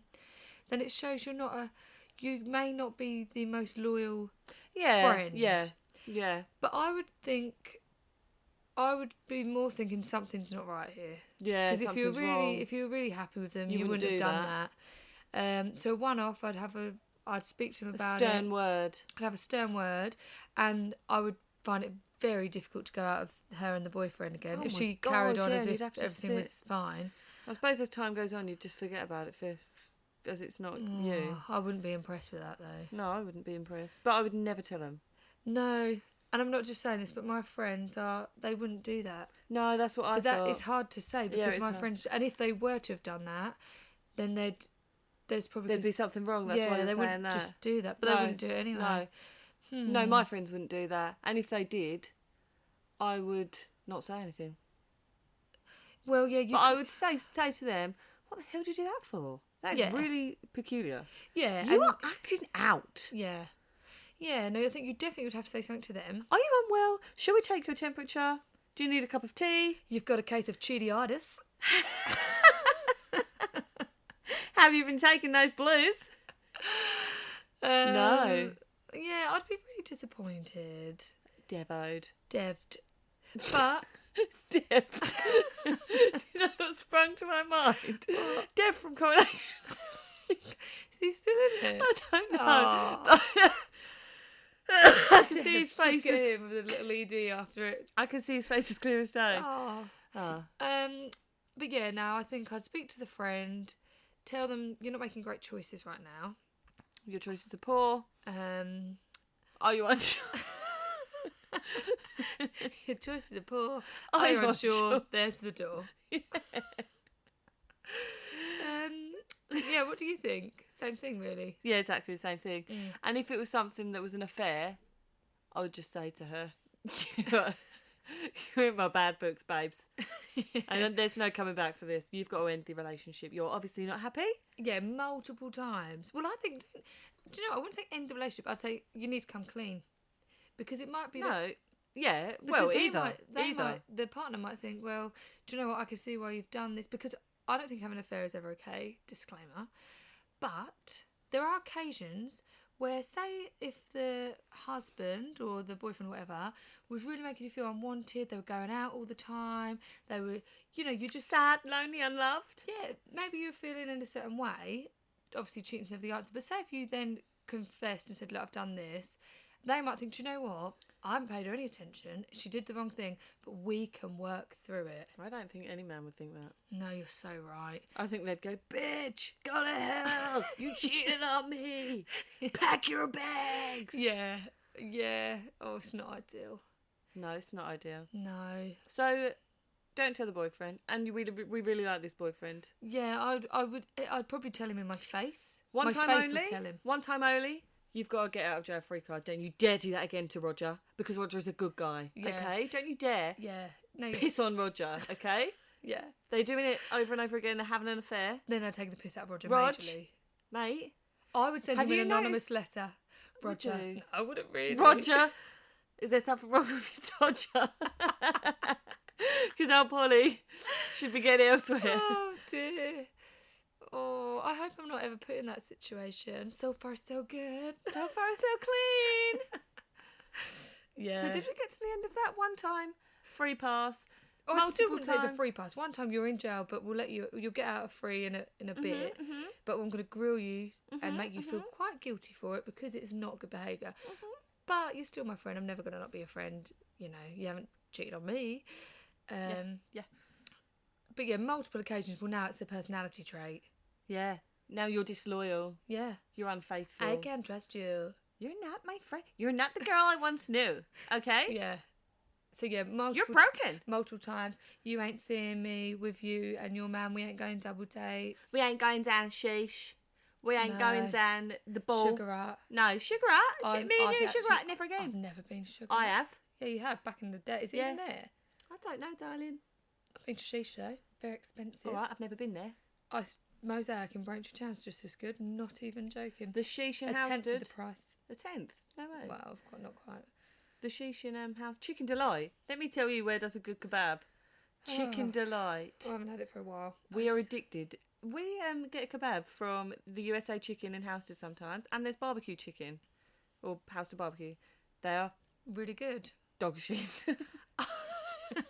Speaker 1: then it shows you're not a. You may not be the most loyal.
Speaker 2: yeah.
Speaker 1: Friend.
Speaker 2: Yeah. Yeah.
Speaker 1: But I would think, I would be more thinking something's not right here.
Speaker 2: Yeah.
Speaker 1: Because if you're
Speaker 2: something's
Speaker 1: really
Speaker 2: wrong.
Speaker 1: if you're really happy with them,
Speaker 2: You
Speaker 1: you,
Speaker 2: wouldn't
Speaker 1: wouldn't, have
Speaker 2: do
Speaker 1: done that. Um, so one off, I'd have a I'd speak to them
Speaker 2: a
Speaker 1: about
Speaker 2: stern
Speaker 1: it.
Speaker 2: word.
Speaker 1: I'd have a stern word, and I would find it very difficult to go out of her and the boyfriend again
Speaker 2: Oh
Speaker 1: if
Speaker 2: my
Speaker 1: she carried
Speaker 2: God,
Speaker 1: on
Speaker 2: yeah,
Speaker 1: as
Speaker 2: you'd
Speaker 1: if
Speaker 2: have to
Speaker 1: everything
Speaker 2: sit-
Speaker 1: was fine.
Speaker 2: I suppose as time goes on, you just forget about it, for, as it's not you.
Speaker 1: Oh, I wouldn't be impressed with that though.
Speaker 2: No, I wouldn't be impressed, but I would never tell them.
Speaker 1: No, and I'm not just saying this, but my friends are they wouldn't do that.
Speaker 2: No, that's what
Speaker 1: So
Speaker 2: I
Speaker 1: that is
Speaker 2: thought.
Speaker 1: hard to say because
Speaker 2: it's
Speaker 1: my
Speaker 2: hard.
Speaker 1: friends, and if they were to have done that, then they'd there's probably
Speaker 2: There'd be
Speaker 1: just-
Speaker 2: something wrong. That's
Speaker 1: yeah,
Speaker 2: why
Speaker 1: they
Speaker 2: they're
Speaker 1: wouldn't
Speaker 2: saying that.
Speaker 1: just do that, but
Speaker 2: No,
Speaker 1: they wouldn't do it anyway.
Speaker 2: No,
Speaker 1: Hmm.
Speaker 2: no, my friends wouldn't do that, and if they did, I would not say anything.
Speaker 1: Well, yeah, you
Speaker 2: but I
Speaker 1: could-
Speaker 2: would say say to them, "What the hell did you do that for? That's
Speaker 1: Yeah.
Speaker 2: really peculiar.
Speaker 1: yeah,
Speaker 2: you
Speaker 1: and-
Speaker 2: are acting out.
Speaker 1: yeah, yeah. No, I think you definitely would have to say something to them.
Speaker 2: Are you unwell? Shall we take your temperature? Do you need a cup of tea?
Speaker 1: You've got a case of chiliitis.
Speaker 2: Have you been taking those blues?
Speaker 1: Um,
Speaker 2: No.
Speaker 1: Yeah, I'd be really disappointed,
Speaker 2: Devode.
Speaker 1: deved. But
Speaker 2: Dev. Do you know what sprung to my mind? Dev from Coronation.
Speaker 1: is he still in it?
Speaker 2: I don't know.
Speaker 1: Aw.
Speaker 2: I can see his face.
Speaker 1: Just get
Speaker 2: Is,
Speaker 1: him with a little ed after it.
Speaker 2: I can see his face as clear as day.
Speaker 1: Oh.
Speaker 2: Ah.
Speaker 1: Um, but yeah, now I think I'd speak to the friend, tell them you're not making great choices right now.
Speaker 2: Your choices are poor.
Speaker 1: Um,
Speaker 2: Are you unsure?
Speaker 1: your choices are poor.
Speaker 2: Are
Speaker 1: Are
Speaker 2: you
Speaker 1: you unsure?
Speaker 2: unsure?
Speaker 1: There's the door. um, yeah, what do you think? Same thing, really.
Speaker 2: yeah, exactly the same thing. And if it was something that was an affair, I would just say to her, You're in my bad books, babes. And there's no coming back for this. You've got to end the relationship. You're obviously not happy.
Speaker 1: Yeah, multiple times. Well, I think, do you know, I wouldn't say end the relationship. I'd say you need to come clean. Because it might be that
Speaker 2: No. Yeah.
Speaker 1: Because
Speaker 2: well,
Speaker 1: they
Speaker 2: either.
Speaker 1: might- they
Speaker 2: either.
Speaker 1: might- the partner might think, well, do you know what? I can see why you've done this because I don't think having an affair is ever okay. Disclaimer. But there are occasions where, say, if the husband or the boyfriend, whatever, was really making you feel unwanted, they were going out all the time, they were, you know, you just
Speaker 2: Sad, lonely, unloved.
Speaker 1: yeah, maybe you're feeling in a certain way. Obviously, cheating's never the answer. But say if you then confessed and said, "Look, I've done this," they might think, "Do you know what? I haven't paid her any attention. She did the wrong thing, but we can work through it."
Speaker 2: I don't think any man would think that.
Speaker 1: No, you're so right.
Speaker 2: I think they'd go, bitch, go to hell. Oh, You cheated on me. Pack your bags.
Speaker 1: Yeah, yeah. Oh, it's not ideal.
Speaker 2: No, it's not ideal.
Speaker 1: No.
Speaker 2: So don't tell the boyfriend. And we, we really like this boyfriend.
Speaker 1: Yeah, I'd, I would. I'd probably tell him in my face.
Speaker 2: One
Speaker 1: my
Speaker 2: time
Speaker 1: face
Speaker 2: only.
Speaker 1: would tell him.
Speaker 2: One time only. You've got to get out of jail free card. Don't you dare do that again to Roger because Roger's a good guy.
Speaker 1: Yeah.
Speaker 2: Okay? Don't you dare
Speaker 1: Yeah. No. you-
Speaker 2: piss on Roger. Okay?
Speaker 1: Yeah.
Speaker 2: They're doing it over and over again. They're having an affair.
Speaker 1: Then I take the piss out of Roger.
Speaker 2: Rog,
Speaker 1: majorly.
Speaker 2: Mate,
Speaker 1: I would send
Speaker 2: have
Speaker 1: him
Speaker 2: you
Speaker 1: an anonymous letter.
Speaker 2: Would
Speaker 1: Roger.
Speaker 2: you?
Speaker 1: No, I wouldn't really.
Speaker 2: Roger, is there something wrong with you, Roger? Because our Polly should be getting elsewhere.
Speaker 1: oh dear. Oh, I hope I'm not ever put in that situation. So far, so good.
Speaker 2: so far, so clean.
Speaker 1: Yeah.
Speaker 2: So did we get to the end of that one time? Free pass.
Speaker 1: oh, I still
Speaker 2: multiple
Speaker 1: wouldn't say it's a
Speaker 2: times?
Speaker 1: free pass. One time you're in jail, but we'll let you. You'll get out of free in a in
Speaker 2: Mm-hmm.
Speaker 1: a bit. But I'm going to grill you and make you feel quite guilty for it because it's not good behavior
Speaker 2: Mm-hmm.
Speaker 1: But you're still my friend. I'm never going to not be a friend. You know, you haven't cheated on me. Um,
Speaker 2: yeah.
Speaker 1: But yeah, multiple occasions. Well, now it's a personality trait.
Speaker 2: Yeah. Now you're disloyal.
Speaker 1: Yeah.
Speaker 2: You're unfaithful.
Speaker 1: I can't trust you.
Speaker 2: You're not my friend. You're not the girl I once knew. Okay?
Speaker 1: Yeah. So yeah, multiple
Speaker 2: You're broken.
Speaker 1: multiple times. You ain't seeing me with you and your man. We ain't going double dates.
Speaker 2: We ain't going down sheesh. We ain't going
Speaker 1: No.
Speaker 2: down the ball.
Speaker 1: sugar out.
Speaker 2: No, sugar rat.
Speaker 1: I'm-
Speaker 2: Me and
Speaker 1: I've
Speaker 2: you, sugar
Speaker 1: actually-
Speaker 2: rat, never
Speaker 1: I've
Speaker 2: again.
Speaker 1: never been sugar.
Speaker 2: I
Speaker 1: out.
Speaker 2: have.
Speaker 1: Yeah, you had back in the day. Is it
Speaker 2: Yeah.
Speaker 1: even there?
Speaker 2: I don't know, darling.
Speaker 1: I've been to shisha. though. Very expensive.
Speaker 2: All right, I've never been there.
Speaker 1: I s- mosaic in Braintree Town's just as good. Not even joking.
Speaker 2: The sheesh
Speaker 1: a
Speaker 2: and house
Speaker 1: tenth of
Speaker 2: stood.
Speaker 1: the price.
Speaker 2: The tenth. No way.
Speaker 1: Well, I've got not quite.
Speaker 2: The sheesh and um, house. Chicken delight. Let me tell you where does a good kebab. Chicken
Speaker 1: Oh.
Speaker 2: delight.
Speaker 1: I haven't had it for a while. I
Speaker 2: We are
Speaker 1: just-
Speaker 2: addicted. We um, get a kebab from the USA Chicken in Houston sometimes, and there's barbecue chicken, or Houston barbecue. They are
Speaker 1: really good.
Speaker 2: dog shit.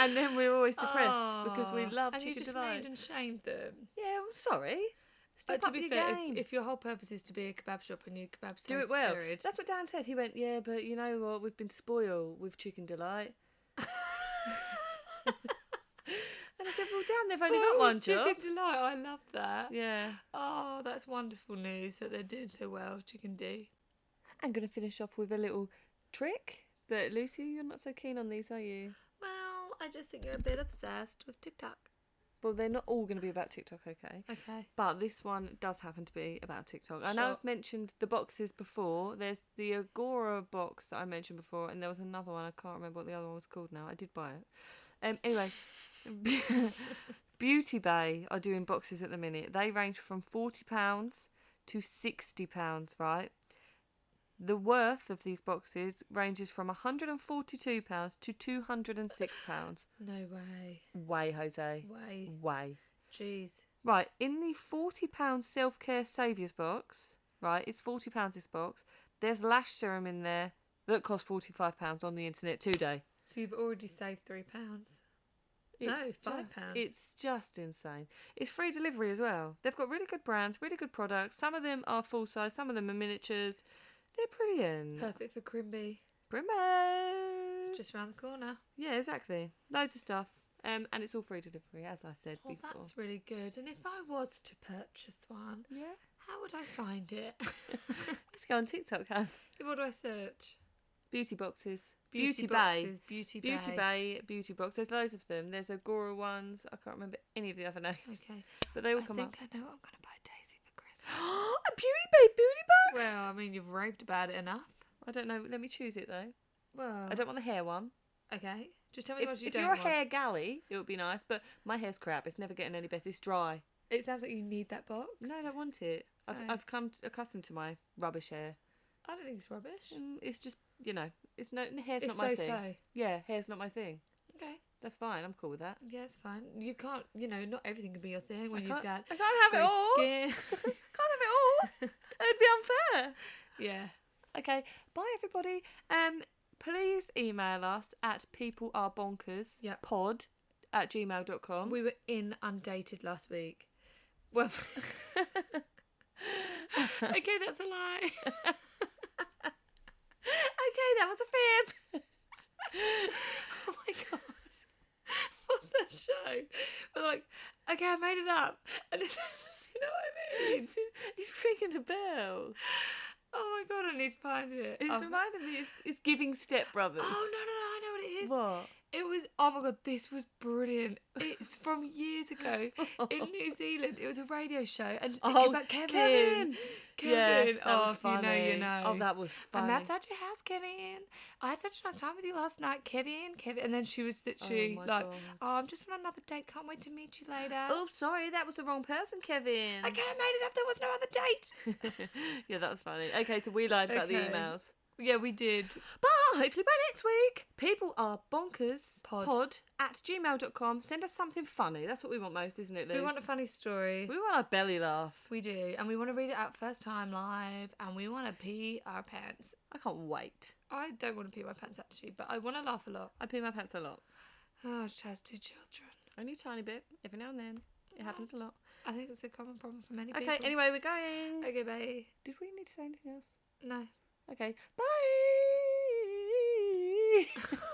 Speaker 2: and then we're always depressed because we
Speaker 1: Ah,
Speaker 2: love
Speaker 1: and you
Speaker 2: chicken
Speaker 1: just
Speaker 2: delight.
Speaker 1: named and shamed them.
Speaker 2: Yeah, I'm sorry. Step
Speaker 1: But to
Speaker 2: up
Speaker 1: be
Speaker 2: your
Speaker 1: fair,
Speaker 2: game.
Speaker 1: if, if your whole purpose is to be a kebab shop and your kebabs
Speaker 2: Do it
Speaker 1: taste
Speaker 2: well.
Speaker 1: Terrid,
Speaker 2: That's what Dan said. He went, yeah, but you know what? We've been spoiled with chicken delight. and I said, well, Dan, they've only got
Speaker 1: Spoiled
Speaker 2: one job.
Speaker 1: Oh, Chicken delight. I love that.
Speaker 2: Yeah.
Speaker 1: Oh, that's wonderful news that they're doing so well, Chicken D.
Speaker 2: I'm going to finish off with a little trick that Lucy, you're not so keen on these, are you?
Speaker 1: Well, I just think you're a bit obsessed with TikTok.
Speaker 2: Well, they're not all going to be about TikTok, okay?
Speaker 1: Okay.
Speaker 2: But this one does happen to be about TikTok. I know
Speaker 1: Sure.
Speaker 2: I've mentioned the boxes before. There's the Agora box that I mentioned before, and there was another one. I can't remember what the other one was called now. I did buy it. Um, anyway, Beauty Bay are doing boxes at the minute. They range from £40 to £60, right? The worth of these boxes ranges from £142 to £206.
Speaker 1: No way.
Speaker 2: Way, Jose.
Speaker 1: Way.
Speaker 2: Way.
Speaker 1: Jeez.
Speaker 2: Right, in the forty pound self care saviors box, right, it's forty pounds this box. There's lash serum in there that costs forty five pounds on the internet today.
Speaker 1: So you've already saved three pounds. No, five
Speaker 2: just-
Speaker 1: pounds.
Speaker 2: It's just insane. It's free delivery as well. They've got really good brands, really good products. Some of them are full size, some of them are miniatures. They're brilliant.
Speaker 1: Perfect for Crimby.
Speaker 2: Brimo.
Speaker 1: It's just around the corner.
Speaker 2: Yeah, exactly. Loads of stuff. Um, and it's all free delivery, as I said
Speaker 1: Oh,
Speaker 2: before.
Speaker 1: that's really good. And if I was to purchase one,
Speaker 2: Yeah.
Speaker 1: how would I find it?
Speaker 2: Let's go on TikTok, hun.
Speaker 1: what do I search?
Speaker 2: Beauty boxes. Bay.
Speaker 1: boxes, Beauty,
Speaker 2: Beauty
Speaker 1: Bay.
Speaker 2: Bay, Beauty Box. There's loads of them. There's Agora ones. I can't remember any of the other names,
Speaker 1: Okay.
Speaker 2: but they all
Speaker 1: I
Speaker 2: come
Speaker 1: think
Speaker 2: up.
Speaker 1: I know what I'm going to buy Daisy for Christmas.
Speaker 2: a Beauty Bay Beauty Box.
Speaker 1: well, uh, I mean, you've raved about it enough.
Speaker 2: I don't know. Let me choose it though.
Speaker 1: Well,
Speaker 2: I don't want the hair one.
Speaker 1: Okay. Just tell me what
Speaker 2: If,
Speaker 1: Oh you
Speaker 2: if
Speaker 1: don't
Speaker 2: you're a
Speaker 1: want.
Speaker 2: hair galley, it would be nice, but my hair's crap. It's never getting any better. It's dry.
Speaker 1: It sounds like you need that box.
Speaker 2: No, I don't want it. I've,
Speaker 1: Oh.
Speaker 2: I've come accustomed to my rubbish hair.
Speaker 1: I don't think it's rubbish.
Speaker 2: Mm, It's just, you know, it's no hair's
Speaker 1: It's,
Speaker 2: not my
Speaker 1: so
Speaker 2: thing.
Speaker 1: so.
Speaker 2: Yeah, hair's not my thing.
Speaker 1: Okay.
Speaker 2: That's fine. I'm cool with that.
Speaker 1: Yeah, it's fine. You can't, you know, not everything can be your thing when
Speaker 2: I,
Speaker 1: you've
Speaker 2: can't,
Speaker 1: got
Speaker 2: I can't have it
Speaker 1: great
Speaker 2: all.
Speaker 1: skin.
Speaker 2: can't have it all. It'd be unfair.
Speaker 1: yeah.
Speaker 2: Okay, bye everybody. Um, please email us at peoplearebonkers
Speaker 1: Yep.
Speaker 2: pod at gmail.com.
Speaker 1: We were inundated last week. Well, okay, that's a lie.
Speaker 2: okay, that was a fib.
Speaker 1: oh my god. What's that show? We're like, okay, I made it up. And it's, you know what I mean?
Speaker 2: He's ringing the bell.
Speaker 1: Oh my god, I need to find it.
Speaker 2: It's
Speaker 1: Oh.
Speaker 2: reminding me, it's, it's giving stepbrothers.
Speaker 1: Oh no, no, no, I know what it is.
Speaker 2: What?
Speaker 1: It was oh my god, this was brilliant. It's from years ago in New Zealand. It was a radio show and
Speaker 2: Oh,
Speaker 1: oh, about Kevin.
Speaker 2: Kevin!
Speaker 1: Kevin.
Speaker 2: that
Speaker 1: oh,
Speaker 2: was
Speaker 1: if you know, you
Speaker 2: funny.
Speaker 1: know.
Speaker 2: Oh, that was funny.
Speaker 1: I'm outside your house, Kevin. I had such a nice time with you last night, Kevin. Kevin, and then she was literally
Speaker 2: my
Speaker 1: like,
Speaker 2: God.
Speaker 1: "Oh, I'm just on another date. Can't wait to meet you later."
Speaker 2: Oh, sorry, that was the wrong person, Kevin.
Speaker 1: Okay, I made it up. There was no other date.
Speaker 2: yeah, that was funny. Okay, so we lied about
Speaker 1: Okay.
Speaker 2: the emails.
Speaker 1: yeah, we did.
Speaker 2: But hopefully by next week, people are bonkers
Speaker 1: Pod.
Speaker 2: at gmail.com. Send us something funny. That's what we want most, isn't it, Liz?
Speaker 1: We want a funny story.
Speaker 2: We want a belly laugh.
Speaker 1: We do, and we want to read it out first time live, and we want to pee our pants.
Speaker 2: I can't wait.
Speaker 1: I don't want to pee my pants actually, but I want to laugh a lot.
Speaker 2: I pee my pants a lot.
Speaker 1: Oh, she has two children.
Speaker 2: Only a tiny bit, every now and then. It happens a lot.
Speaker 1: I think it's a common problem for many
Speaker 2: Okay,
Speaker 1: people.
Speaker 2: anyway, we're going.
Speaker 1: Okay, bye.
Speaker 2: Oh, Did we need to say anything else?
Speaker 1: No.
Speaker 2: Okay, bye!